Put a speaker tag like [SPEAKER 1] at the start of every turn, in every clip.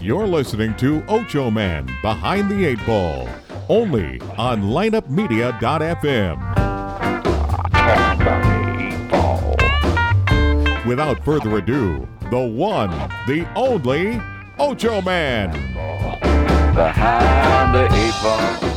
[SPEAKER 1] You're listening to Ocho Man Behind the Eight Ball, only on lineupmedia.fm. Without further ado, the one, the only Ocho Man.
[SPEAKER 2] Behind the eight ball.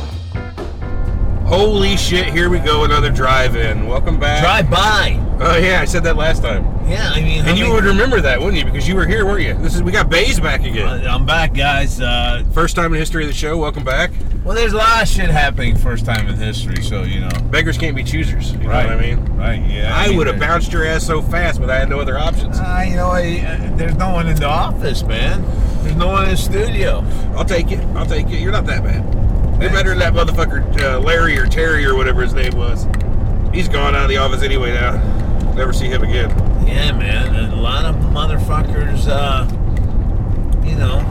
[SPEAKER 3] Holy shit, here we go, another drive in. Welcome back.
[SPEAKER 4] Drive by.
[SPEAKER 3] Oh, yeah, I said that last time.
[SPEAKER 4] Yeah, I mean, how
[SPEAKER 3] And you
[SPEAKER 4] many-
[SPEAKER 3] would remember that, wouldn't you? Because you were here, weren't you? This is we got Bays back
[SPEAKER 4] Uh,
[SPEAKER 3] again.
[SPEAKER 4] I'm back, guys. Uh,
[SPEAKER 3] First time in history of the show. Welcome back.
[SPEAKER 4] well, there's a lot of shit happening first time in history, so you know.
[SPEAKER 3] Beggars can't be choosers. You know what I mean?
[SPEAKER 4] Right. Yeah.
[SPEAKER 3] I
[SPEAKER 4] mean,
[SPEAKER 3] would have
[SPEAKER 4] uh,
[SPEAKER 3] bounced your ass so fast, but I had no other options.
[SPEAKER 4] Uh, you know, I, uh, there's no one in the office, man. There's no one in the studio.
[SPEAKER 3] I'll take it. I'll take it. You're not that bad. You're
[SPEAKER 4] Thanks.
[SPEAKER 3] better than that motherfucker uh, Larry or Terry or whatever his name was. He's gone out of the office anyway now. Never see him again.
[SPEAKER 4] Yeah, man. and a lot of motherfuckers. Uh, you know,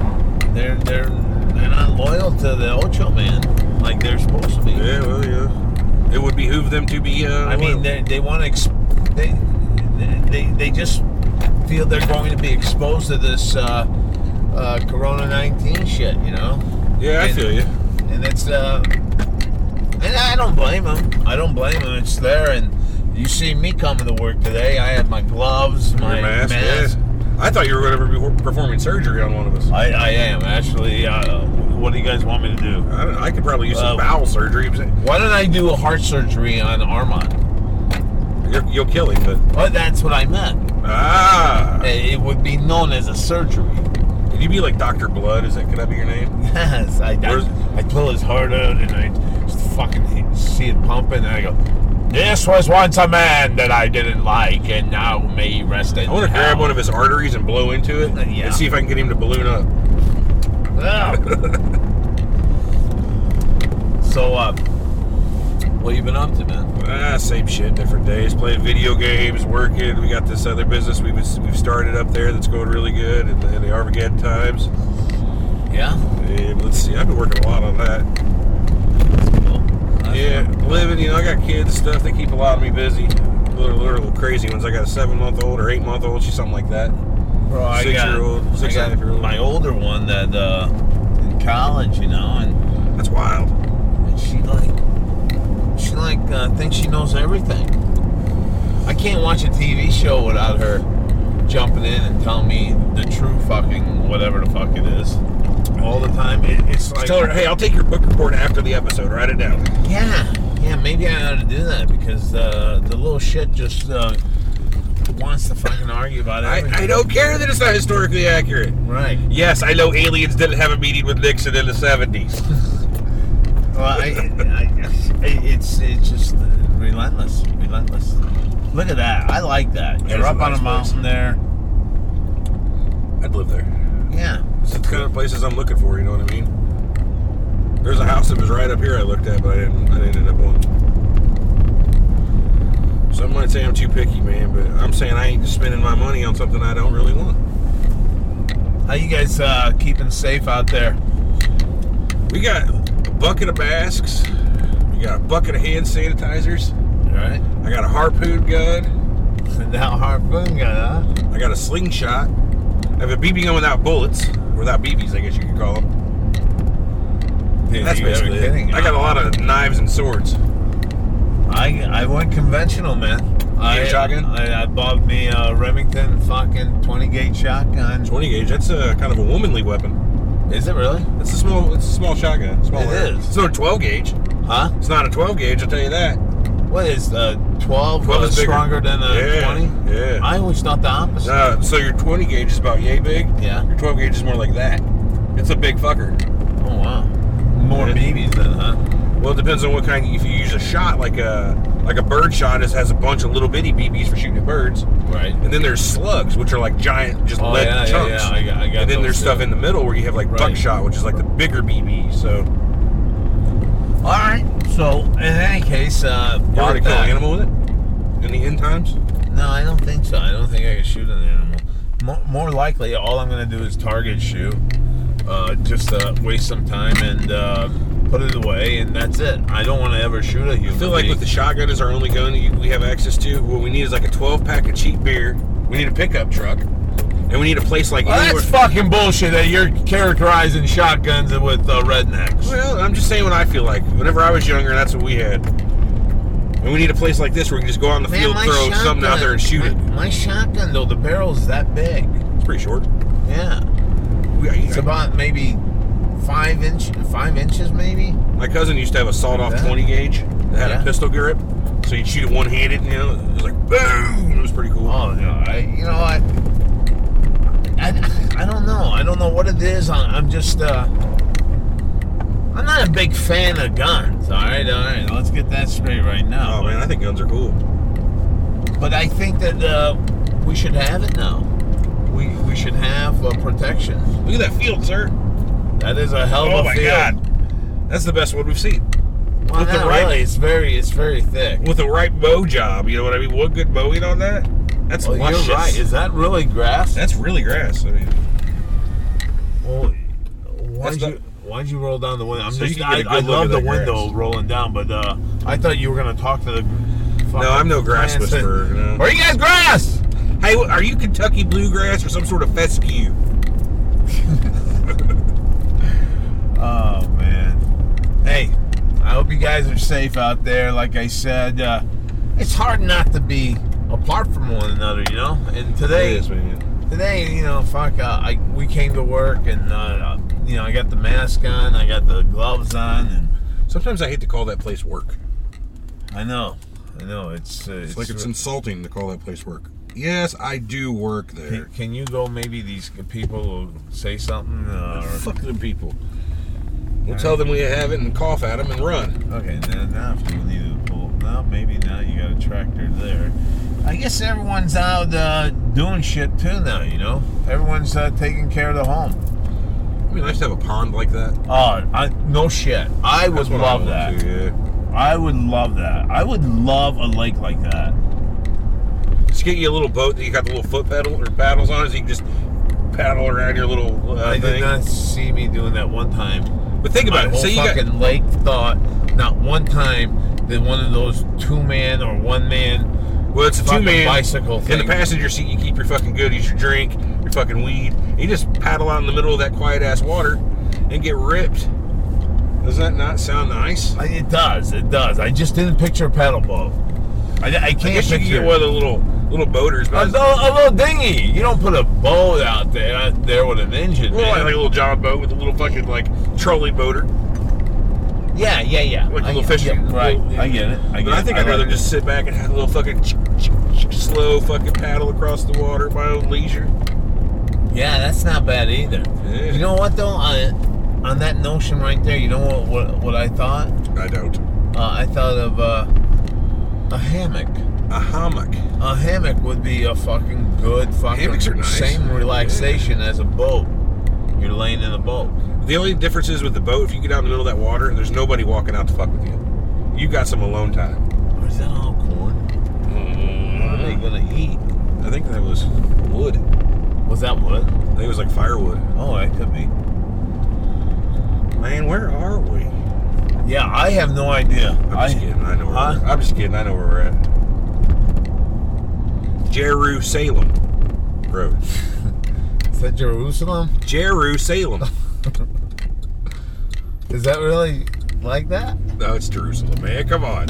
[SPEAKER 4] they're they're they're not loyal to the Ocho man like they're supposed to be.
[SPEAKER 3] Yeah, well, yeah. It would behoove them to be. Uh,
[SPEAKER 4] I mean, they, they want to. Ex- they, they they just feel they're going to be exposed to this uh, uh, Corona nineteen shit, you know.
[SPEAKER 3] yeah, I
[SPEAKER 4] and-
[SPEAKER 3] feel you.
[SPEAKER 4] And it's uh, and I don't blame them. I don't blame them. It's there, and you see me coming to work today. I had my gloves,
[SPEAKER 3] Your
[SPEAKER 4] my mask.
[SPEAKER 3] mask, yeah. I thought you were going to be performing surgery on one of us. I,
[SPEAKER 4] I, I am actually. Uh, what do you guys want me to do?
[SPEAKER 3] don't know, I could probably use some
[SPEAKER 4] Well-
[SPEAKER 3] bowel surgery.
[SPEAKER 4] Why don't I do a heart surgery on Armand?
[SPEAKER 3] You're, you'll kill him, but
[SPEAKER 4] Well, that's what I meant.
[SPEAKER 3] ah,
[SPEAKER 4] It would be known as a surgery.
[SPEAKER 3] can you be like Doctor Blood? Is that could that be your name?
[SPEAKER 4] Yes, I,
[SPEAKER 3] Where's-
[SPEAKER 4] I, I pull his heart out and I just fucking he- see it pumping and I go, This was once a man that I didn't like and now may rest in
[SPEAKER 3] I want to grab one of his arteries and blow into it
[SPEAKER 4] Uh, yeah.
[SPEAKER 3] and see if I can get him to balloon up.
[SPEAKER 4] so, uh, what you been up to, man?
[SPEAKER 3] Ah, same shit, different days. Playing video games, working. We got this other business we've we've started up there that's going really good, and, the Armageddon times.
[SPEAKER 4] Yeah?
[SPEAKER 3] And let's see, I've been working a lot on that. Yeah, living, you know, I got kids and stuff. They keep a lot of me busy. Little, little crazy ones. I got a seven month old or eight month old. She's something like that.
[SPEAKER 4] Bro, I got,
[SPEAKER 3] Six-year-old,
[SPEAKER 4] I
[SPEAKER 3] six and a
[SPEAKER 4] got
[SPEAKER 3] half-year-old.
[SPEAKER 4] my older one that, uh, in college, you know, and,
[SPEAKER 3] That's wild.
[SPEAKER 4] and she, like, she, like, uh, thinks she knows everything. I can't watch a TV show without her jumping in and telling me the true fucking whatever the fuck it is. All the time, it, it's like,
[SPEAKER 3] Tell her, hey, I'll take your book report after the episode. Write it down.
[SPEAKER 4] yeah, yeah, maybe I ought to do that because uh, the little shit just uh, wants to fucking argue about
[SPEAKER 3] I,
[SPEAKER 4] everything.
[SPEAKER 3] I don't care that it's not historically accurate.
[SPEAKER 4] Right.
[SPEAKER 3] Yes, I know aliens didn't have a meeting with Nixon in the 70s.
[SPEAKER 4] Well, I, I, I, it's it's just relentless, relentless. Look at that. I like that.
[SPEAKER 3] Yeah,
[SPEAKER 4] You're
[SPEAKER 3] it's
[SPEAKER 4] up
[SPEAKER 3] a
[SPEAKER 4] on
[SPEAKER 3] nice
[SPEAKER 4] a mountain there.
[SPEAKER 3] I'd live there.
[SPEAKER 4] Yeah.
[SPEAKER 3] It's the kind of places I'm looking for, you know what I mean? There's a house that was right up here I looked at, but I didn't, I didn't end up on. Some might say I'm too picky, man, but I'm saying I ain't spending my money on something I don't really want.
[SPEAKER 4] How you guys uh, keeping safe out there?
[SPEAKER 3] We got a bucket of masks. We got a bucket of hand sanitizers.
[SPEAKER 4] All right.
[SPEAKER 3] I got a harpoon gun.
[SPEAKER 4] Now harpoon gun, huh?
[SPEAKER 3] I got a slingshot. I have a BB gun without bullets, or without BBs, I guess you could call them.
[SPEAKER 4] Yeah,
[SPEAKER 3] That's
[SPEAKER 4] you gotta be
[SPEAKER 3] basically it.
[SPEAKER 4] kidding.
[SPEAKER 3] I got a lot of knives and swords.
[SPEAKER 4] I I went conventional, man. I,
[SPEAKER 3] shotgun?
[SPEAKER 4] I, I bought me a Remington fucking 20 gauge shotgun.
[SPEAKER 3] 20 gauge. That's a kind of a womanly weapon.
[SPEAKER 4] Is it really?
[SPEAKER 3] It's a small. It's a small shotgun. Small.
[SPEAKER 4] It
[SPEAKER 3] arm.
[SPEAKER 4] is.
[SPEAKER 3] It's not a 12 gauge.
[SPEAKER 4] Huh?
[SPEAKER 3] It's not a 12 gauge. I'll tell you that.
[SPEAKER 4] What is uh 12?
[SPEAKER 3] 12 is bigger.
[SPEAKER 4] stronger than a
[SPEAKER 3] Yeah,
[SPEAKER 4] 20?
[SPEAKER 3] yeah.
[SPEAKER 4] I always thought the opposite.
[SPEAKER 3] Uh, so your 20 gauge is about yay big.
[SPEAKER 4] Yeah.
[SPEAKER 3] Your 12 gauge is more like that. It's a big fucker.
[SPEAKER 4] Oh wow. More
[SPEAKER 3] Yeah.
[SPEAKER 4] BBs then, huh?
[SPEAKER 3] Well, it depends on what kind. If you use a shot like a like a bird shot, it has a bunch of little bitty BBs for shooting at birds,
[SPEAKER 4] Right.
[SPEAKER 3] and then there's slugs, which are like giant, just
[SPEAKER 4] Oh,
[SPEAKER 3] lead
[SPEAKER 4] yeah, yeah,
[SPEAKER 3] chunks.
[SPEAKER 4] yeah, I got- I got
[SPEAKER 3] and then
[SPEAKER 4] those,
[SPEAKER 3] there's stuff
[SPEAKER 4] yeah.
[SPEAKER 3] in the middle where you have like
[SPEAKER 4] Right.
[SPEAKER 3] buckshot, which is like the bigger BB. So
[SPEAKER 4] All right. So in any case, uh,
[SPEAKER 3] you already kill
[SPEAKER 4] bought that.
[SPEAKER 3] an animal with it in the end times.
[SPEAKER 4] No, I don't think so. I don't think I can shoot an animal. Mo- more likely, all I'm going to do is target shoot, uh, just uh, waste some time and uh, put it away, and that's it. I don't want to ever shoot a human.
[SPEAKER 3] I feel like with the shotgun is our only gun that you- we have access to. What we need is like a 12 pack of cheap beer. We need a pickup truck. And and we need a place like
[SPEAKER 4] Well,
[SPEAKER 3] anywhere-
[SPEAKER 4] that's fucking bullshit that you're characterizing shotguns with uh, rednecks.
[SPEAKER 3] Well, I'm just saying what I feel like. Whenever I was younger, that's what we had. And we need a place like this where we can just go out on the field, throw something out there, and shoot
[SPEAKER 4] my,
[SPEAKER 3] it.
[SPEAKER 4] My shotgun though, the barrel's that big.
[SPEAKER 3] It's pretty short.
[SPEAKER 4] Yeah,
[SPEAKER 3] We, I,
[SPEAKER 4] it's about maybe five inch, five inches maybe.
[SPEAKER 3] my cousin used to have a sawed-off
[SPEAKER 4] Yeah.
[SPEAKER 3] 20 gauge that had
[SPEAKER 4] Yeah.
[SPEAKER 3] a pistol grip, so you'd shoot it one-handed, and you know, it was like boom. It was pretty cool.
[SPEAKER 4] Oh no, I, you know I, I, I don't know. I don't know what it is. I'm, I'm just, uh, I'm not a big fan of guns. All right, all right. Let's get that straight right now.
[SPEAKER 3] Oh man, I think guns are cool.
[SPEAKER 4] But I think that uh, we should have it now. We we should have uh, protection.
[SPEAKER 3] Look at that field, sir.
[SPEAKER 4] That is a hell of
[SPEAKER 3] Oh
[SPEAKER 4] a
[SPEAKER 3] my
[SPEAKER 4] field.
[SPEAKER 3] god, that's the best one we've seen.
[SPEAKER 4] Well,
[SPEAKER 3] With the
[SPEAKER 4] not
[SPEAKER 3] right-
[SPEAKER 4] really. It's very it's very thick.
[SPEAKER 3] With the right bow job, you know what I mean. One good mowing on that. That's
[SPEAKER 4] Well,
[SPEAKER 3] lush.
[SPEAKER 4] you're right. Is that really grass?
[SPEAKER 3] that's really grass. I mean,
[SPEAKER 4] Well, why'd
[SPEAKER 3] That's
[SPEAKER 4] you why'd you roll down the window? I'm
[SPEAKER 3] So
[SPEAKER 4] just
[SPEAKER 3] you can get a
[SPEAKER 4] I,
[SPEAKER 3] good
[SPEAKER 4] I
[SPEAKER 3] look
[SPEAKER 4] love
[SPEAKER 3] at
[SPEAKER 4] the
[SPEAKER 3] that
[SPEAKER 4] window
[SPEAKER 3] grass.
[SPEAKER 4] rolling down, but uh, I thought you were gonna talk to the. fucking
[SPEAKER 3] no, I'm no grass
[SPEAKER 4] plants that-
[SPEAKER 3] whisperer. no.
[SPEAKER 4] Are you guys grass?
[SPEAKER 3] Hey, wh- are you Kentucky bluegrass or some sort of fescue?
[SPEAKER 4] Oh man. Hey, I hope you guys are safe out there. Like I said, uh, it's hard not to be apart from one another, you know. And today,
[SPEAKER 3] man.
[SPEAKER 4] today, you know, fuck, uh, I we came to work and uh, you know I got the mask on, I got the gloves on, and
[SPEAKER 3] Sometimes I hate to call that place work.
[SPEAKER 4] I know, I know it's uh,
[SPEAKER 3] It's like it's insulting to call that place work. Yes, I do work
[SPEAKER 4] Can,
[SPEAKER 3] there.
[SPEAKER 4] can you go? Maybe these people will say something. Uh, or-
[SPEAKER 3] Fuck them people. We'll tell them we have it and cough at them and run.
[SPEAKER 4] okay, now, now if you need to pull, now maybe now you got a tractor there. I guess everyone's out uh, doing shit too now. You know, everyone's uh, taking care of the home.
[SPEAKER 3] It'd be nice to have a pond like that.
[SPEAKER 4] Oh, I, no shit. I would
[SPEAKER 3] That's what
[SPEAKER 4] love
[SPEAKER 3] I want
[SPEAKER 4] that.
[SPEAKER 3] to, yeah.
[SPEAKER 4] I would love that. I would love a lake like that.
[SPEAKER 3] Just get you a little boat that you got the little foot pedal or paddles on, so you can just paddle around your little uh,
[SPEAKER 4] I did
[SPEAKER 3] thing.
[SPEAKER 4] not see me doing that one time.
[SPEAKER 3] But think
[SPEAKER 4] My
[SPEAKER 3] about it.
[SPEAKER 4] whole
[SPEAKER 3] Say you got
[SPEAKER 4] fucking lake thought. Not one time did one of those two man or one man
[SPEAKER 3] Well, it's a
[SPEAKER 4] Fucking
[SPEAKER 3] two man
[SPEAKER 4] bicycle
[SPEAKER 3] In the
[SPEAKER 4] thing.
[SPEAKER 3] passenger seat, you keep your fucking goodies, your drink, your fucking weed. and You just paddle out in the middle of that quiet ass water and get ripped. Does that not sound nice?
[SPEAKER 4] I- It does. It does. I just didn't picture a paddle boat. I, I can't
[SPEAKER 3] I guess you
[SPEAKER 4] picture
[SPEAKER 3] could get one of the little little boaters,
[SPEAKER 4] a,
[SPEAKER 3] but
[SPEAKER 4] little, a little dinghy. You don't put a boat out there out there with an engine.
[SPEAKER 3] well, like,
[SPEAKER 4] man.
[SPEAKER 3] like a little John boat with a little fucking like trolley boater.
[SPEAKER 4] yeah, yeah, yeah.
[SPEAKER 3] Like a little
[SPEAKER 4] I-
[SPEAKER 3] fishing-
[SPEAKER 4] yeah, right.
[SPEAKER 3] little-
[SPEAKER 4] I get it. I get
[SPEAKER 3] But I
[SPEAKER 4] it.
[SPEAKER 3] think I'd
[SPEAKER 4] like
[SPEAKER 3] rather
[SPEAKER 4] it.
[SPEAKER 3] just sit back and have a little fucking ch- ch- ch- slow fucking paddle across the water at my own leisure.
[SPEAKER 4] Yeah, that's not bad either.
[SPEAKER 3] Yeah.
[SPEAKER 4] You know what though? I, on that notion right there, you know what? What, what I thought?
[SPEAKER 3] I don't.
[SPEAKER 4] Uh, I thought of uh, a hammock.
[SPEAKER 3] A hammock.
[SPEAKER 4] A hammock would be a fucking good fucking
[SPEAKER 3] Hammocks are nice.
[SPEAKER 4] same relaxation as a boat. You're laying in a boat.
[SPEAKER 3] The only difference is with the boat, if you get out in the middle of that water, there's nobody walking out to fuck with you. You got some alone time.
[SPEAKER 4] Or is that all corn?
[SPEAKER 3] Mm.
[SPEAKER 4] What are they gonna eat?
[SPEAKER 3] I think that was wood.
[SPEAKER 4] Was that wood?
[SPEAKER 3] I think it was like firewood.
[SPEAKER 4] Oh, that could be.
[SPEAKER 3] Man, where are we?
[SPEAKER 4] Yeah, I have no idea.
[SPEAKER 3] I'm just kidding. I know where
[SPEAKER 4] Huh?
[SPEAKER 3] we're I'm just kidding. I know where we're at. Jerusalem Road.
[SPEAKER 4] Is that Jerusalem?
[SPEAKER 3] Jerusalem.
[SPEAKER 4] Is that really like that?
[SPEAKER 3] no, it's Jerusalem, man. Come on.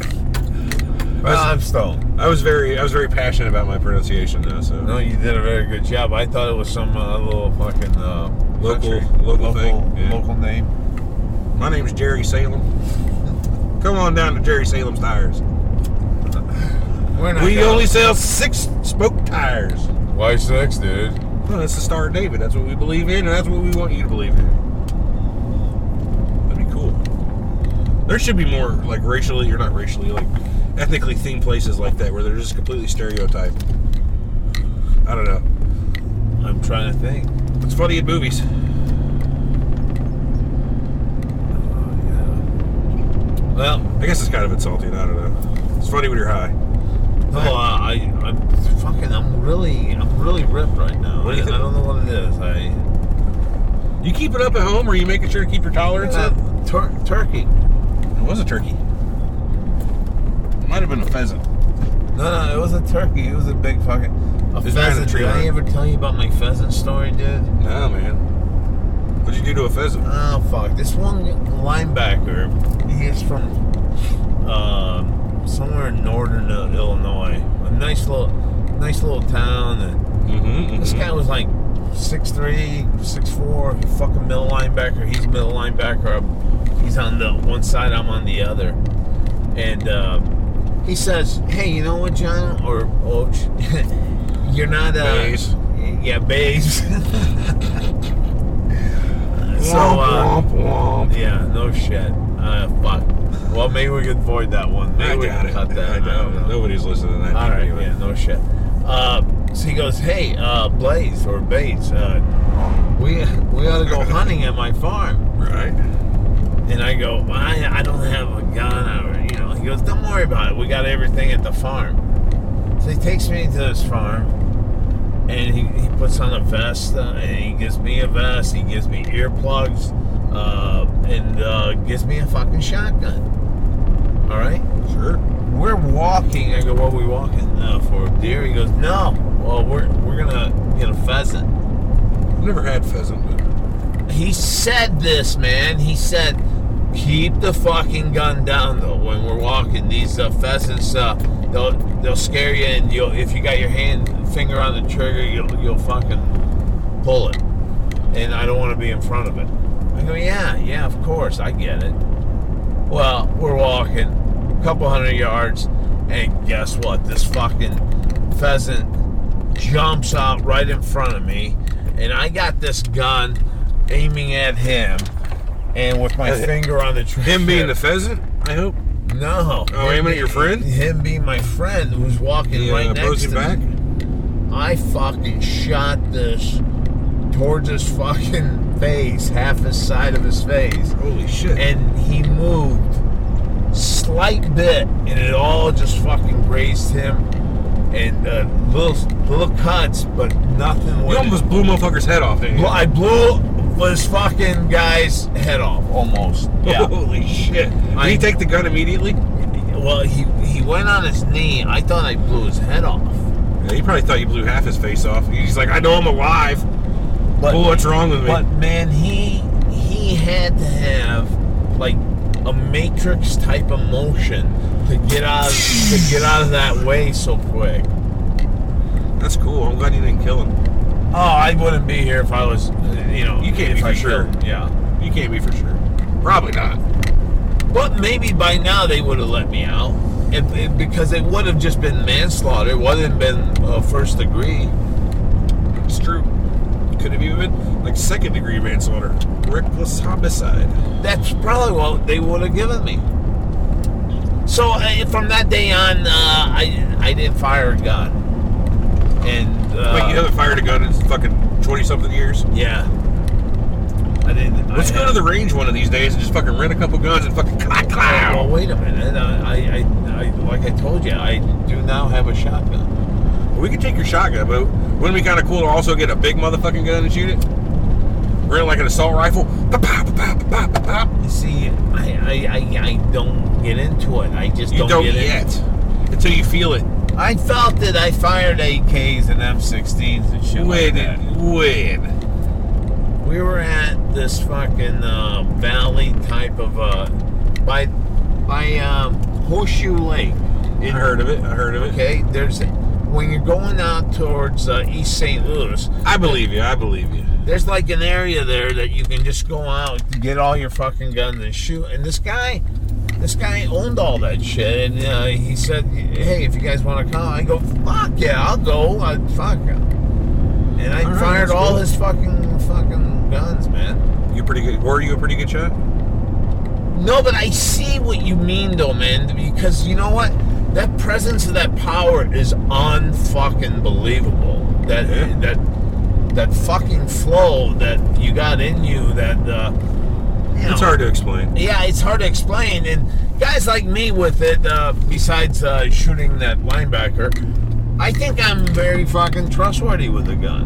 [SPEAKER 4] Well,
[SPEAKER 3] Uh,
[SPEAKER 4] I'm stoned.
[SPEAKER 3] I was very, I was very passionate about my pronunciation, though. So
[SPEAKER 4] No, you did a very good job. I thought it was some uh, little fucking uh,
[SPEAKER 3] Local-
[SPEAKER 4] country.
[SPEAKER 3] local thing, yeah.
[SPEAKER 4] local name.
[SPEAKER 3] my name's Jerry Salem. Come on down to Jerry Salem's tires.
[SPEAKER 4] We're not
[SPEAKER 3] We
[SPEAKER 4] gonna-
[SPEAKER 3] only sell six spoke tires.
[SPEAKER 4] why six, dude?
[SPEAKER 3] Well, that's the Star of David. That's what we believe in, and that's what we want you to believe in. That'd be cool. There should be more like racially or not racially, like ethnically themed places like that where they're just completely stereotyped. I don't know.
[SPEAKER 4] I'm trying to think.
[SPEAKER 3] It's funny in movies.
[SPEAKER 4] Well,
[SPEAKER 3] I guess it's kind of insulting. I don't know. It's funny when you're high.
[SPEAKER 4] no, uh, I, I'm fucking. I'm really, I'm really ripped right now.
[SPEAKER 3] What do you
[SPEAKER 4] I,
[SPEAKER 3] think?
[SPEAKER 4] I don't know what it is. I
[SPEAKER 3] You keep it up at home, or you making sure to keep your tolerance up?
[SPEAKER 4] uh, tur- turkey.
[SPEAKER 3] It was a turkey. It might have been a pheasant.
[SPEAKER 4] No, no, it was a turkey. It was a big fucking. A
[SPEAKER 3] It's not in a
[SPEAKER 4] pheasant.
[SPEAKER 3] tree
[SPEAKER 4] Did I
[SPEAKER 3] line.
[SPEAKER 4] ever tell you about my pheasant story, dude?
[SPEAKER 3] Nah, man. What'd you do to a pheasant?
[SPEAKER 4] Oh fuck! This one linebacker, he is from um somewhere in northern uh, Illinois. A nice little, nice little town. And
[SPEAKER 3] Mm-hmm.
[SPEAKER 4] this guy was like 6'3", 6'4", he fucking middle linebacker. He's middle linebacker. I'm- He's on the one side. I'm on the other. And uh, he says, "Hey, you know what, John or Oach? you're not uh,
[SPEAKER 3] Bays.
[SPEAKER 4] Yeah, Bays. so." Uh,
[SPEAKER 3] womp, womp, womp.
[SPEAKER 4] Yeah, no shit. Uh, fuck. Well, maybe we could avoid that one. Maybe
[SPEAKER 3] I
[SPEAKER 4] we
[SPEAKER 3] doubt
[SPEAKER 4] can
[SPEAKER 3] it.
[SPEAKER 4] cut that.
[SPEAKER 3] I doubt
[SPEAKER 4] don't
[SPEAKER 3] it.
[SPEAKER 4] know.
[SPEAKER 3] Nobody's listening to that.
[SPEAKER 4] All
[SPEAKER 3] shit
[SPEAKER 4] right,
[SPEAKER 3] anyway.
[SPEAKER 4] yeah, no shit. Uh, so he goes, hey, uh, Blaze or Bates, uh, we we ought to go hunting at my farm.
[SPEAKER 3] Right.
[SPEAKER 4] And I go, well, I, I don't have a gun. Or, you know, he goes, don't worry about it. We got everything at the farm. So he takes me to this farm. And he, he puts on a vest, uh, and he gives me a vest, he gives me earplugs, uh, and uh, gives me a fucking shotgun. All right?
[SPEAKER 3] Sure.
[SPEAKER 4] we're walking. I go, what are we walking uh, for? Deer? He goes, no. Well, we're we're gonna get a pheasant.
[SPEAKER 3] I've never had pheasant, but
[SPEAKER 4] He said this, man. He said, keep the fucking gun down though when we're walking. These uh, pheasants, uh, they'll they'll scare you, and you'll if you got your hand finger on the trigger, you'll you'll fucking pull it. And I don't want to be in front of it. I go, yeah, yeah, of course, I get it. Well, we're walking a couple hundred yards, and guess what? This fucking pheasant jumps out right in front of me, and I got this gun aiming at him, and with my
[SPEAKER 3] Uh,
[SPEAKER 4] finger on the trigger.
[SPEAKER 3] him being the pheasant, I hope.
[SPEAKER 4] no.
[SPEAKER 3] Oh,
[SPEAKER 4] Him
[SPEAKER 3] aiming at your
[SPEAKER 4] be-
[SPEAKER 3] friend?
[SPEAKER 4] Him being my friend who's walking
[SPEAKER 3] He,
[SPEAKER 4] right
[SPEAKER 3] uh, blows
[SPEAKER 4] next to
[SPEAKER 3] you
[SPEAKER 4] me.
[SPEAKER 3] back.
[SPEAKER 4] I fucking shot this towards his fucking face, half his side of his face
[SPEAKER 3] Holy shit.
[SPEAKER 4] and he moved slight bit, and it all just fucking grazed him, and uh, little little cuts, but nothing.
[SPEAKER 3] you
[SPEAKER 4] went-
[SPEAKER 3] almost blew motherfucker's head off, didn't you?
[SPEAKER 4] Bl- I blew this fucking guy's head off almost. Yeah.
[SPEAKER 3] Holy shit. Did
[SPEAKER 4] I-
[SPEAKER 3] he take the gun immediately?
[SPEAKER 4] well, he he went on his knee. I thought I blew his head off,
[SPEAKER 3] Yeah, he probably thought you blew half his face off. He's like, I know I'm alive.
[SPEAKER 4] but
[SPEAKER 3] Well, what's wrong with me?
[SPEAKER 4] But man, he he had to have like a matrix type of motion to get out to get out of that way so quick.
[SPEAKER 3] That's cool. I'm glad you didn't kill him.
[SPEAKER 4] Oh, I wouldn't be here if I was, you know.
[SPEAKER 3] You can't
[SPEAKER 4] if
[SPEAKER 3] be
[SPEAKER 4] I
[SPEAKER 3] for sure.
[SPEAKER 4] killed- Yeah.
[SPEAKER 3] You can't be for sure. Probably not.
[SPEAKER 4] But maybe by now they would have let me out. If, if- because it would have just been manslaughter. It wouldn't have been uh, first degree.
[SPEAKER 3] It's true. Could have even been like second degree manslaughter, reckless homicide.
[SPEAKER 4] That's probably what they would have given me. So uh, from that day on, uh, I I didn't fire a gun. And uh,
[SPEAKER 3] like you haven't fired a gun in fucking twenty something years.
[SPEAKER 4] yeah, I didn't. I
[SPEAKER 3] Let's go to
[SPEAKER 4] had-
[SPEAKER 3] the range one of these days and just fucking rent a couple guns and fucking clack clack.
[SPEAKER 4] Well, wait a minute. Uh, I, I, I like I told you, I do now have a shotgun.
[SPEAKER 3] We could take your shotgun, but wouldn't it be kind of cool to also get a big motherfucking gun and shoot it? Rent like an assault rifle. Pop, pop, pop, pop, pop, pop, pop.
[SPEAKER 4] See, I, I, I, I don't get into it. I just
[SPEAKER 3] You
[SPEAKER 4] don't,
[SPEAKER 3] don't,
[SPEAKER 4] get
[SPEAKER 3] yet
[SPEAKER 4] it.
[SPEAKER 3] until you feel it.
[SPEAKER 4] I felt that I fired AKs and M16s and shit like
[SPEAKER 3] When,
[SPEAKER 4] that.
[SPEAKER 3] when?
[SPEAKER 4] We were at this fucking uh, valley type of uh, by by um, Horseshoe Lake.
[SPEAKER 3] I heard of it. I heard of it.
[SPEAKER 4] Okay, there's when you're going out towards uh, East St. Louis,
[SPEAKER 3] I believe you. I believe you.
[SPEAKER 4] there's like an area there that you can just go out and get all your fucking guns and shoot. And this guy, this guy owned all that shit. And uh, he said, "Hey, if you guys want to come," I go, "Fuck yeah, I'll go." I fuck. And I
[SPEAKER 3] All right,
[SPEAKER 4] fired
[SPEAKER 3] that's
[SPEAKER 4] all
[SPEAKER 3] cool.
[SPEAKER 4] his fucking fucking guns, man.
[SPEAKER 3] You pretty good. Were you a pretty good shot?
[SPEAKER 4] No, but I see what you mean, though, man. Because you know what? That presence of that power is unfucking believable. That
[SPEAKER 3] Yeah.
[SPEAKER 4] that that fucking flow that you got in you that uh you
[SPEAKER 3] It's
[SPEAKER 4] know,
[SPEAKER 3] hard to explain.
[SPEAKER 4] yeah it's hard to explain and guys like me with it uh besides uh shooting that linebacker i think i'm very fucking trustworthy with a gun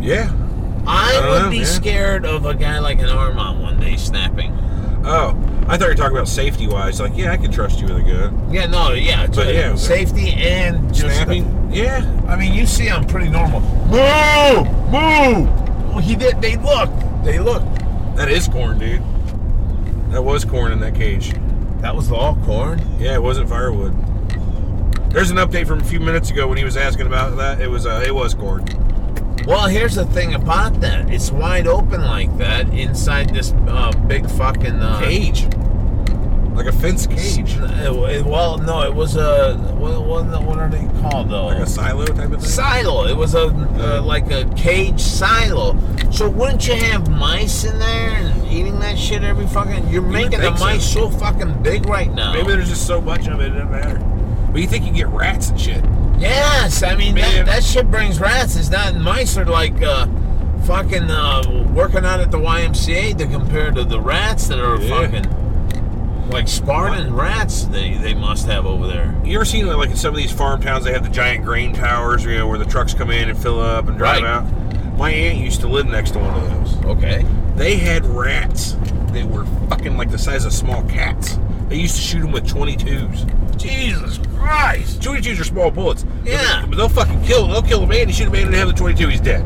[SPEAKER 3] Yeah.
[SPEAKER 4] i
[SPEAKER 3] I don't
[SPEAKER 4] would
[SPEAKER 3] know,
[SPEAKER 4] be
[SPEAKER 3] man.
[SPEAKER 4] scared of a guy like an armon one day snapping
[SPEAKER 3] Oh, I thought you were talking about safety wise. Like, yeah, I can trust you with a gun.
[SPEAKER 4] Yeah, no, yeah, it's
[SPEAKER 3] But
[SPEAKER 4] a-
[SPEAKER 3] yeah,
[SPEAKER 4] safety and just
[SPEAKER 3] Snapping? Yeah.
[SPEAKER 4] the- I mean, you see, I'm pretty normal. Move, move. Well, he did. They look. They look.
[SPEAKER 3] That is corn, dude. That was corn in that cage.
[SPEAKER 4] That was all corn.
[SPEAKER 3] Yeah, it wasn't firewood. There's an update from a few minutes ago when he was asking about that. It was uh, it was corn.
[SPEAKER 4] Well, here's the thing about that. It's wide open like that inside this uh, big fucking uh,
[SPEAKER 3] Cage. Like a fence cage.
[SPEAKER 4] It- well, no, it was a what, what, what are they called though?
[SPEAKER 3] Like a silo type of thing.
[SPEAKER 4] silo. It was a uh, like a cage silo. So wouldn't you have mice in there and eating that shit every fucking? You're making the
[SPEAKER 3] think so.
[SPEAKER 4] mice so fucking big right now.
[SPEAKER 3] Maybe there's just so much of it, it doesn't matter. But you think you get rats and shit.
[SPEAKER 4] yes, I mean
[SPEAKER 3] Maybe-
[SPEAKER 4] that, that shit brings rats. It's not mice are like uh, fucking uh, working out at the YMCA to compare to the rats that are
[SPEAKER 3] Yeah.
[SPEAKER 4] fucking like Spartan rats. They they must have over there.
[SPEAKER 3] You ever seen like in some of these farm towns they have the giant grain towers, you know, where the trucks come in and fill up and drive
[SPEAKER 4] Right.
[SPEAKER 3] out? My aunt used to live next to one of those.
[SPEAKER 4] Okay.
[SPEAKER 3] They had rats that were fucking like the size of small cats. They used to shoot them with 22s. Jesus Christ! 22s are small bullets.
[SPEAKER 4] Yeah.
[SPEAKER 3] But they'll fucking kill. They'll kill a man. You shoot a man and have the 22. He's dead.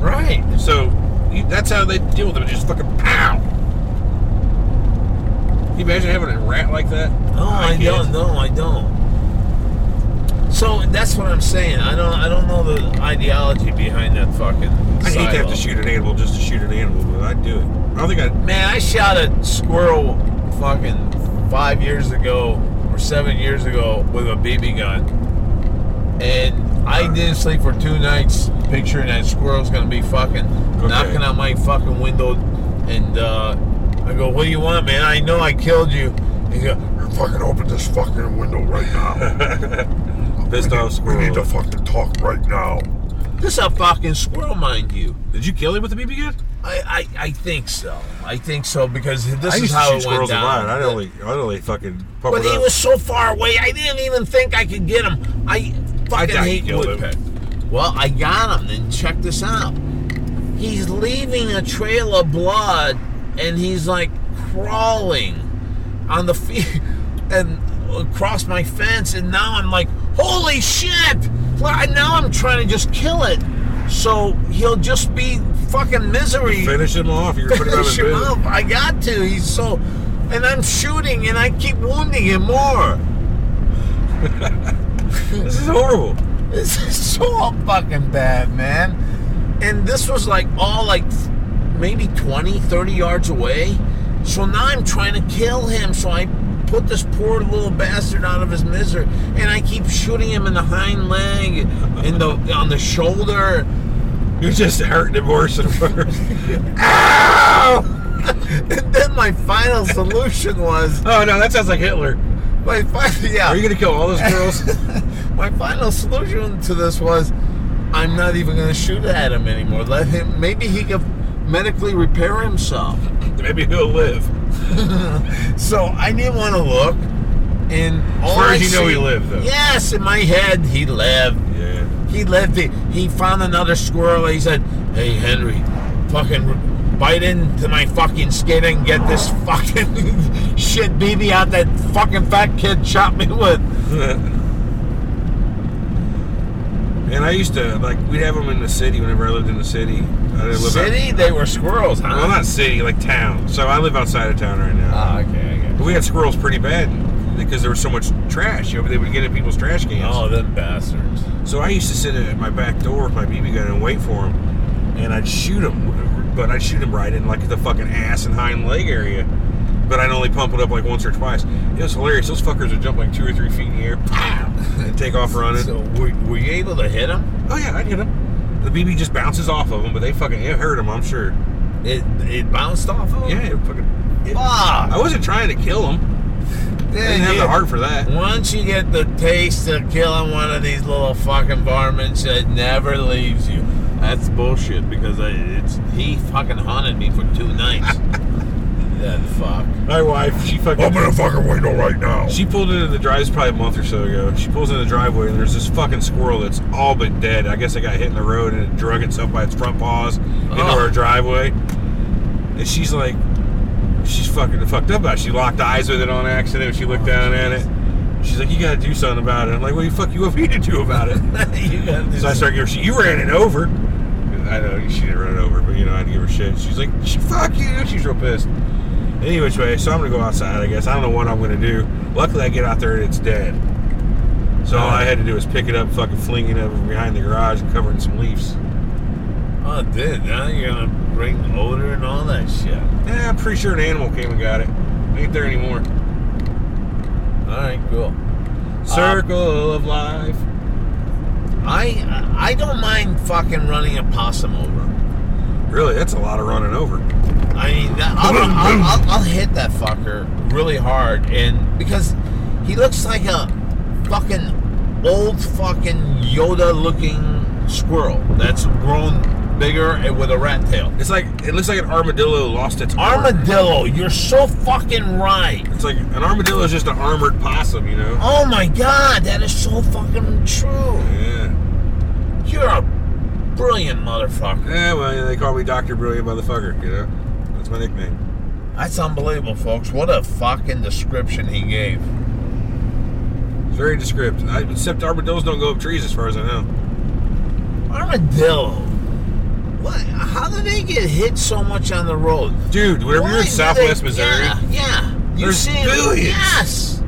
[SPEAKER 4] Right.
[SPEAKER 3] So you, that's how they deal with them. Just fucking pow. Can you imagine having a rat like that?
[SPEAKER 4] No, Oh, I,
[SPEAKER 3] can't.
[SPEAKER 4] don't. No, I don't. So that's what I'm saying. I don't. I don't know the ideology behind that fucking.
[SPEAKER 3] I hate to have to shoot an animal just to shoot an animal, but I'd do it. I don't think I'd.
[SPEAKER 4] Man, I shot a squirrel fucking five years ago or seven years ago with a BB gun, and I didn't sleep for two nights picturing that squirrel's gonna be fucking knocking on my fucking window, and uh, I go, "What do you want, man? I know I killed you." He go,
[SPEAKER 5] You fucking open this fucking window right now.
[SPEAKER 3] Pissed off
[SPEAKER 5] we need to
[SPEAKER 3] squirrel.
[SPEAKER 5] fucking talk right now.
[SPEAKER 4] "This a fucking squirrel, mind you."
[SPEAKER 3] Did you kill him with the BB gun?
[SPEAKER 4] I, I, I think so. I think so because this
[SPEAKER 3] I
[SPEAKER 4] is
[SPEAKER 3] used to shoot
[SPEAKER 4] how it went
[SPEAKER 3] squirrels
[SPEAKER 4] down.
[SPEAKER 3] alive. I'd only, I'd only fucking. Pump
[SPEAKER 4] but
[SPEAKER 3] it
[SPEAKER 4] he
[SPEAKER 3] up.
[SPEAKER 4] was so far away, I didn't even think I could get him. I
[SPEAKER 3] doubt
[SPEAKER 4] fucking
[SPEAKER 3] you
[SPEAKER 4] hate
[SPEAKER 3] killed him.
[SPEAKER 4] woodpeck. Well, I got him, and check this out. He's leaving a trail of blood, and he's like crawling on the feet and across my fence. And now I'm like, holy shit! Well, Now I'm trying to just kill it, so he'll just be fucking misery
[SPEAKER 3] Finish him off. You're putting him out of
[SPEAKER 4] finish him
[SPEAKER 3] business.
[SPEAKER 4] up. I got to. He's so, and I'm shooting, and I keep wounding him more.
[SPEAKER 3] This is horrible.
[SPEAKER 4] This is so fucking bad, man. And this was like all like maybe 20, 30 yards away. So now I'm trying to kill him. So I put this poor little bastard out of his misery, and I keep shooting him in the hind leg, in the on the shoulder.
[SPEAKER 3] You're just hurting him worse and worse.
[SPEAKER 4] And then my final solution was
[SPEAKER 3] oh no, that sounds like Hitler.
[SPEAKER 4] my final, yeah.
[SPEAKER 3] Are you gonna kill all those girls?
[SPEAKER 4] My final solution to this was I'm not even going to shoot at him anymore. Let him, maybe he could medically repair himself.
[SPEAKER 3] Maybe he'll live.
[SPEAKER 4] So I didn't want to look. And all
[SPEAKER 3] Where
[SPEAKER 4] I
[SPEAKER 3] did you know he
[SPEAKER 4] see-
[SPEAKER 3] lived, though?
[SPEAKER 4] Yes, in my head, he lived.
[SPEAKER 3] Yeah.
[SPEAKER 4] He lived. He, he found another squirrel. He said, Hey, Henry, fucking bite into my fucking skin and get this fucking shit BB out that fucking fat kid shot me with.
[SPEAKER 3] And I used to like we'd have them in the city whenever I lived in the city. I didn't live out-
[SPEAKER 4] City, they were squirrels, huh?
[SPEAKER 3] well, not city, like town. So I live outside of town right now.
[SPEAKER 4] Ah, okay, I get it.
[SPEAKER 3] But we had squirrels pretty bad because there was so much trash. You know, they would get in people's trash cans.
[SPEAKER 4] Oh, them bastards.
[SPEAKER 3] So I used to sit at my back door with my BB gun and wait for him, and I'd shoot him, but I'd shoot him right in like the fucking ass and hind leg area. But I'd only pump it up like once or twice. It was hilarious. Those fuckers would jump like two or three feet in the air, pow, and take off running.
[SPEAKER 4] So, were, were you able to hit them?
[SPEAKER 3] oh yeah, I'd hit him. The BB just bounces off of them, but they fucking it hurt him. I'm sure.
[SPEAKER 4] It it bounced off of
[SPEAKER 3] Yeah,
[SPEAKER 4] them?
[SPEAKER 3] it fucking. It, I
[SPEAKER 4] Fuck.
[SPEAKER 3] wasn't trying to kill him. I didn't have the heart for that.
[SPEAKER 4] Once you get the taste of killing one of these little fucking varmints, it never leaves you. That's bullshit because I, it's he fucking haunted me for two nights. that fuck.
[SPEAKER 3] My wife, she fucking.
[SPEAKER 5] Open the fucking window right now.
[SPEAKER 3] She pulled into the drive, it's probably a month or so ago. She pulls into the driveway, and there's this fucking squirrel that's all but dead. I guess it got hit in the road and it drug itself by its front paws into
[SPEAKER 4] Oh.
[SPEAKER 3] our driveway. And she's like, she's fucking fucked up about it. She locked eyes with it on accident when she looked down at it. She's like, you gotta do something about it. I'm like, what the fuck you want me to do about it?
[SPEAKER 4] you got this.
[SPEAKER 3] So I started giving her shit. You ran it over. I know she didn't run it over, but you know, I had to give her shit. She's like, "Sh- fuck you. She's real pissed. Any which way, so I'm gonna go outside, I guess. I don't know what I'm gonna do. Luckily, I get out there and it's dead. So all I had to do was pick it up, fucking fling it over behind the garage and cover it in some leaves.
[SPEAKER 4] oh, dude, now you're gonna bring odor and all that shit.
[SPEAKER 3] Yeah, I'm pretty sure an animal came and got it. Ain't there anymore.
[SPEAKER 4] All right, cool.
[SPEAKER 3] Uh,
[SPEAKER 4] Uh,
[SPEAKER 3] Circle of life.
[SPEAKER 4] I I don't mind fucking running a possum over.
[SPEAKER 3] Really, that's a lot of running over.
[SPEAKER 4] I mean, that, I'll, I'll, I'll, I'll hit that fucker really hard, and because he looks like a fucking old fucking Yoda-looking squirrel that's grown bigger and with a rat tail.
[SPEAKER 3] It's like it looks like an armadillo lost its arm.
[SPEAKER 4] Armadillo, you're so fucking right.
[SPEAKER 3] It's like an armadillo is just an armored possum, you know.
[SPEAKER 4] Oh my god, that is so fucking
[SPEAKER 3] Oh.
[SPEAKER 4] true.
[SPEAKER 3] Yeah.
[SPEAKER 4] You're a brilliant motherfucker.
[SPEAKER 3] Yeah, Eh, well, they call me Doctor Brilliant Motherfucker. You know, that's my nickname.
[SPEAKER 4] That's unbelievable, folks. What a fucking description he gave.
[SPEAKER 3] It's very descriptive. I, except armadillos don't go up trees, as far as I know.
[SPEAKER 4] Armadillo. What? How do they get hit so much on the road?
[SPEAKER 3] Dude, whenever
[SPEAKER 4] Why
[SPEAKER 3] you're in
[SPEAKER 4] do
[SPEAKER 3] Southwest
[SPEAKER 4] they-
[SPEAKER 3] Missouri,
[SPEAKER 4] Yeah, yeah. You
[SPEAKER 3] There's
[SPEAKER 4] see 'em-
[SPEAKER 3] billions.
[SPEAKER 4] Yes.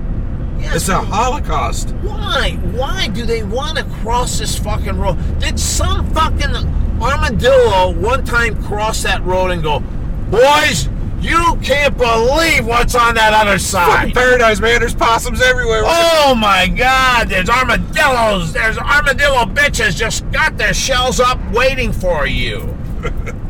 [SPEAKER 4] Yes.
[SPEAKER 3] it's a holocaust.
[SPEAKER 4] Why? Why do they want to cross this fucking road? Did some fucking armadillo one time cross that road and go, boys, you can't believe what's on that
[SPEAKER 3] Fucking
[SPEAKER 4] other side?
[SPEAKER 3] paradise, man. There's possums everywhere.
[SPEAKER 4] Oh my God! There's armadillos. There's armadillo bitches just got their shells up waiting for you.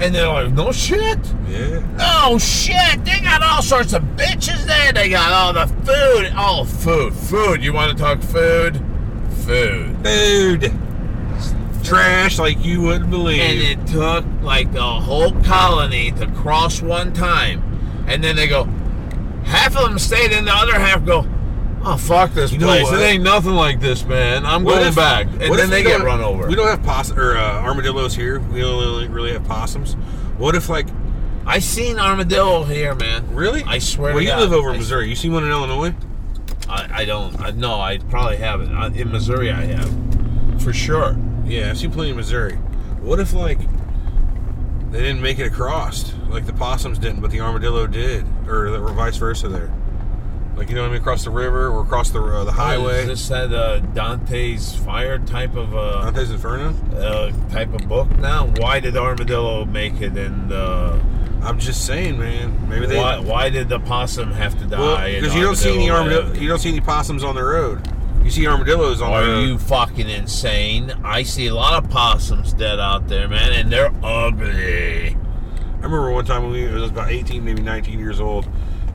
[SPEAKER 4] and they're like, no shit.
[SPEAKER 3] Yeah.
[SPEAKER 4] No shit. They got all sorts of bitches there. They got all the food. All food. Food. You want to talk food? Food.
[SPEAKER 3] Dude. Trash like you wouldn't believe.
[SPEAKER 4] And it took like the whole colony to cross one time. And then they go, half of them stayed and the other half go, oh, fuck this
[SPEAKER 3] know
[SPEAKER 4] place.
[SPEAKER 3] what?
[SPEAKER 4] It ain't nothing like this, man. I'm
[SPEAKER 3] What
[SPEAKER 4] going
[SPEAKER 3] if-
[SPEAKER 4] back.
[SPEAKER 3] what
[SPEAKER 4] And
[SPEAKER 3] if
[SPEAKER 4] then they
[SPEAKER 3] we
[SPEAKER 4] get
[SPEAKER 3] don't-
[SPEAKER 4] run over.
[SPEAKER 3] We don't have poss- or uh, armadillos here. We only really have possums. What if like
[SPEAKER 4] I seen armadillo here, man.
[SPEAKER 3] really?
[SPEAKER 4] I swear
[SPEAKER 3] Well,
[SPEAKER 4] to
[SPEAKER 3] you
[SPEAKER 4] God.
[SPEAKER 3] live over in
[SPEAKER 4] I-
[SPEAKER 3] Missouri. You see one in Illinois?
[SPEAKER 4] I, I don't. I, no, I probably haven't. I, in Missouri, I have. For sure.
[SPEAKER 3] Yeah, I've seen plenty in Missouri. What if like they didn't make it across? Like the possums didn't, but the armadillo did, or the, or vice versa. There, like you know what I mean, across the river or across the uh, the highway.
[SPEAKER 4] Is this that uh, Dante's Fire type of uh,
[SPEAKER 3] Dante's Inferno.
[SPEAKER 4] uh, type of book now? Why did armadillo make it and uh,
[SPEAKER 3] I'm just saying, man. Maybe they.
[SPEAKER 4] why, why did the possum have to die? and
[SPEAKER 3] because you don't see any armadillo,
[SPEAKER 4] lived?
[SPEAKER 3] you don't see any possums on the road. You see armadillos on the
[SPEAKER 4] Are
[SPEAKER 3] road.
[SPEAKER 4] you fucking insane? I see a lot of possums dead out there, man, and they're ugly.
[SPEAKER 3] I remember one time when we I was about 18, maybe 19 years old.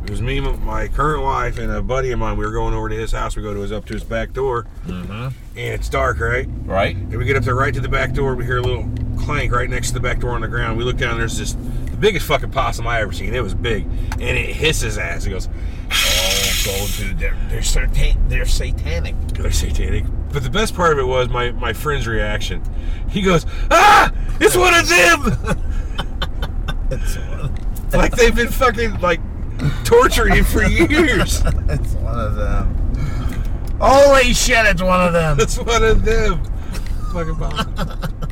[SPEAKER 3] It was me, my current wife, and a buddy of mine. We were going over to his house. We go to his up to his back door,
[SPEAKER 4] Mm-hmm.
[SPEAKER 3] and it's dark, right?
[SPEAKER 4] Right?
[SPEAKER 3] And we get up there right to the back door. We hear a little clank right next to the back door on the ground. We look down. There's this the biggest fucking possum I ever seen. It was big, and it hisses ass. It goes,
[SPEAKER 4] Oh, gold, dude, they're they're, satan- they're satanic.
[SPEAKER 3] "Go satanic." But the best part of it was my my friend's reaction. He goes, "Ah, it's one of them!" like they've been fucking like torturing him for years.
[SPEAKER 4] It's one of them. Holy shit, it's one of them.
[SPEAKER 3] That's one of them. Fucking possum.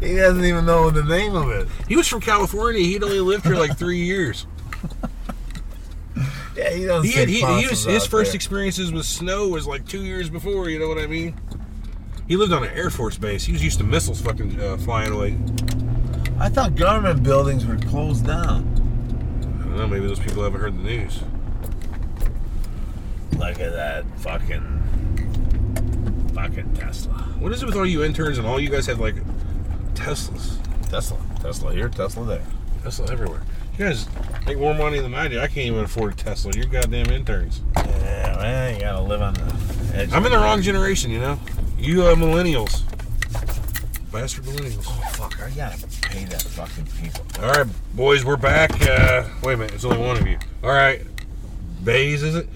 [SPEAKER 4] He doesn't even know the name of it.
[SPEAKER 3] He was from California. He'd only lived here like three years.
[SPEAKER 4] Yeah, he doesn't.
[SPEAKER 3] He had he, he was, his first experiences with snow was like two years before. You know what I mean? He lived on an air force base. He was used to missiles fucking uh, flying away.
[SPEAKER 4] I thought government buildings were closed down.
[SPEAKER 3] I don't know. Maybe those people haven't heard the news.
[SPEAKER 4] Look at that fucking fucking Tesla.
[SPEAKER 3] What is it with all you interns and all you guys have like Teslas?
[SPEAKER 4] Tesla, Tesla here, Tesla there.
[SPEAKER 3] Tesla everywhere. You guys make more money than I do. I can't even afford a Tesla. You're goddamn interns.
[SPEAKER 4] Yeah, man, you gotta live on the edge.
[SPEAKER 3] I'm in the wrong generation. You know, you uh, millennials, bastard millennials.
[SPEAKER 4] Oh, fuck, I gotta pay that fucking people.
[SPEAKER 3] All right, boys, we're back. Uh, wait a minute, it's only one of you. All right, Bays, is it?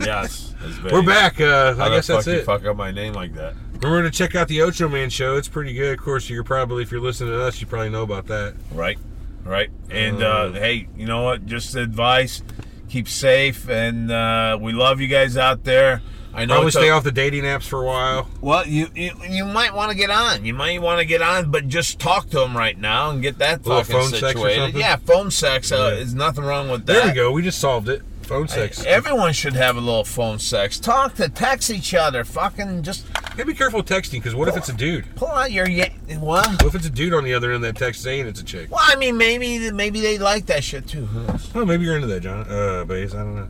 [SPEAKER 4] Yes, that's bad.
[SPEAKER 3] We're back. Uh,
[SPEAKER 4] How
[SPEAKER 3] I
[SPEAKER 4] the
[SPEAKER 3] guess that's
[SPEAKER 4] fuck you
[SPEAKER 3] it.
[SPEAKER 4] Fuck up my name like that.
[SPEAKER 3] Remember to check out the Ocho Man show. It's pretty good. Of course, you're probably if you're listening to us, you probably know about that.
[SPEAKER 4] Right? right? And
[SPEAKER 3] Mm.
[SPEAKER 4] uh, hey, you know what? Just advice: keep safe, and uh, we love you guys out there. I know.
[SPEAKER 3] Probably
[SPEAKER 4] it's a-
[SPEAKER 3] stay off the dating apps for a while.
[SPEAKER 4] Well, you you, you might want to get on. You might want to get on, but just talk to them right now and get that
[SPEAKER 3] Little
[SPEAKER 4] fucking
[SPEAKER 3] phone sex or
[SPEAKER 4] situated.
[SPEAKER 3] something?
[SPEAKER 4] yeah, phone sex. Uh,
[SPEAKER 3] Yeah.
[SPEAKER 4] There's nothing wrong with that.
[SPEAKER 3] There we go. We just solved it. Phone sex.
[SPEAKER 4] Hey, Everyone should have a little phone sex. Talk to text each other. Fucking just
[SPEAKER 3] Yeah, be careful texting because what if it's a dude?
[SPEAKER 4] pull out your yeah. Well,
[SPEAKER 3] What if it's a dude on the other end that texts saying it's a chick?
[SPEAKER 4] well, I mean, maybe maybe they like that shit too. Who knows?
[SPEAKER 3] Oh, maybe you're into that, John. Uh, base. I don't know.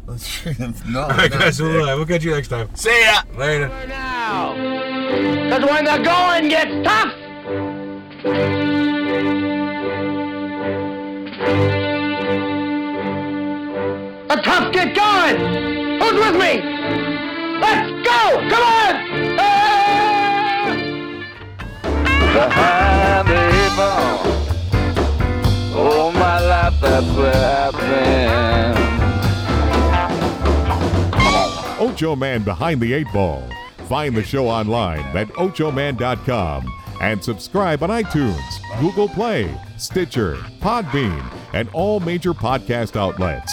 [SPEAKER 4] no.
[SPEAKER 3] All right,
[SPEAKER 4] no.
[SPEAKER 3] guys. We'll, uh, we'll catch you next time.
[SPEAKER 4] See ya.
[SPEAKER 3] Later.
[SPEAKER 6] now. Because when the going gets tough, the tough get going. Who's with me? Let's go! Come on! Ah!
[SPEAKER 2] behind the eight ball. All my life, that's where I've been.
[SPEAKER 1] Ocho Man Behind the Eight Ball. Find the show online at ochoman.com and subscribe on iTunes, Google Play, Stitcher, Podbean, and all major podcast outlets.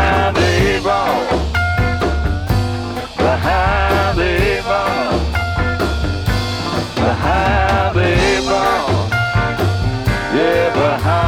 [SPEAKER 2] the eight ball. Behind the eight ball. Behind the eight ball. Yeah, behind.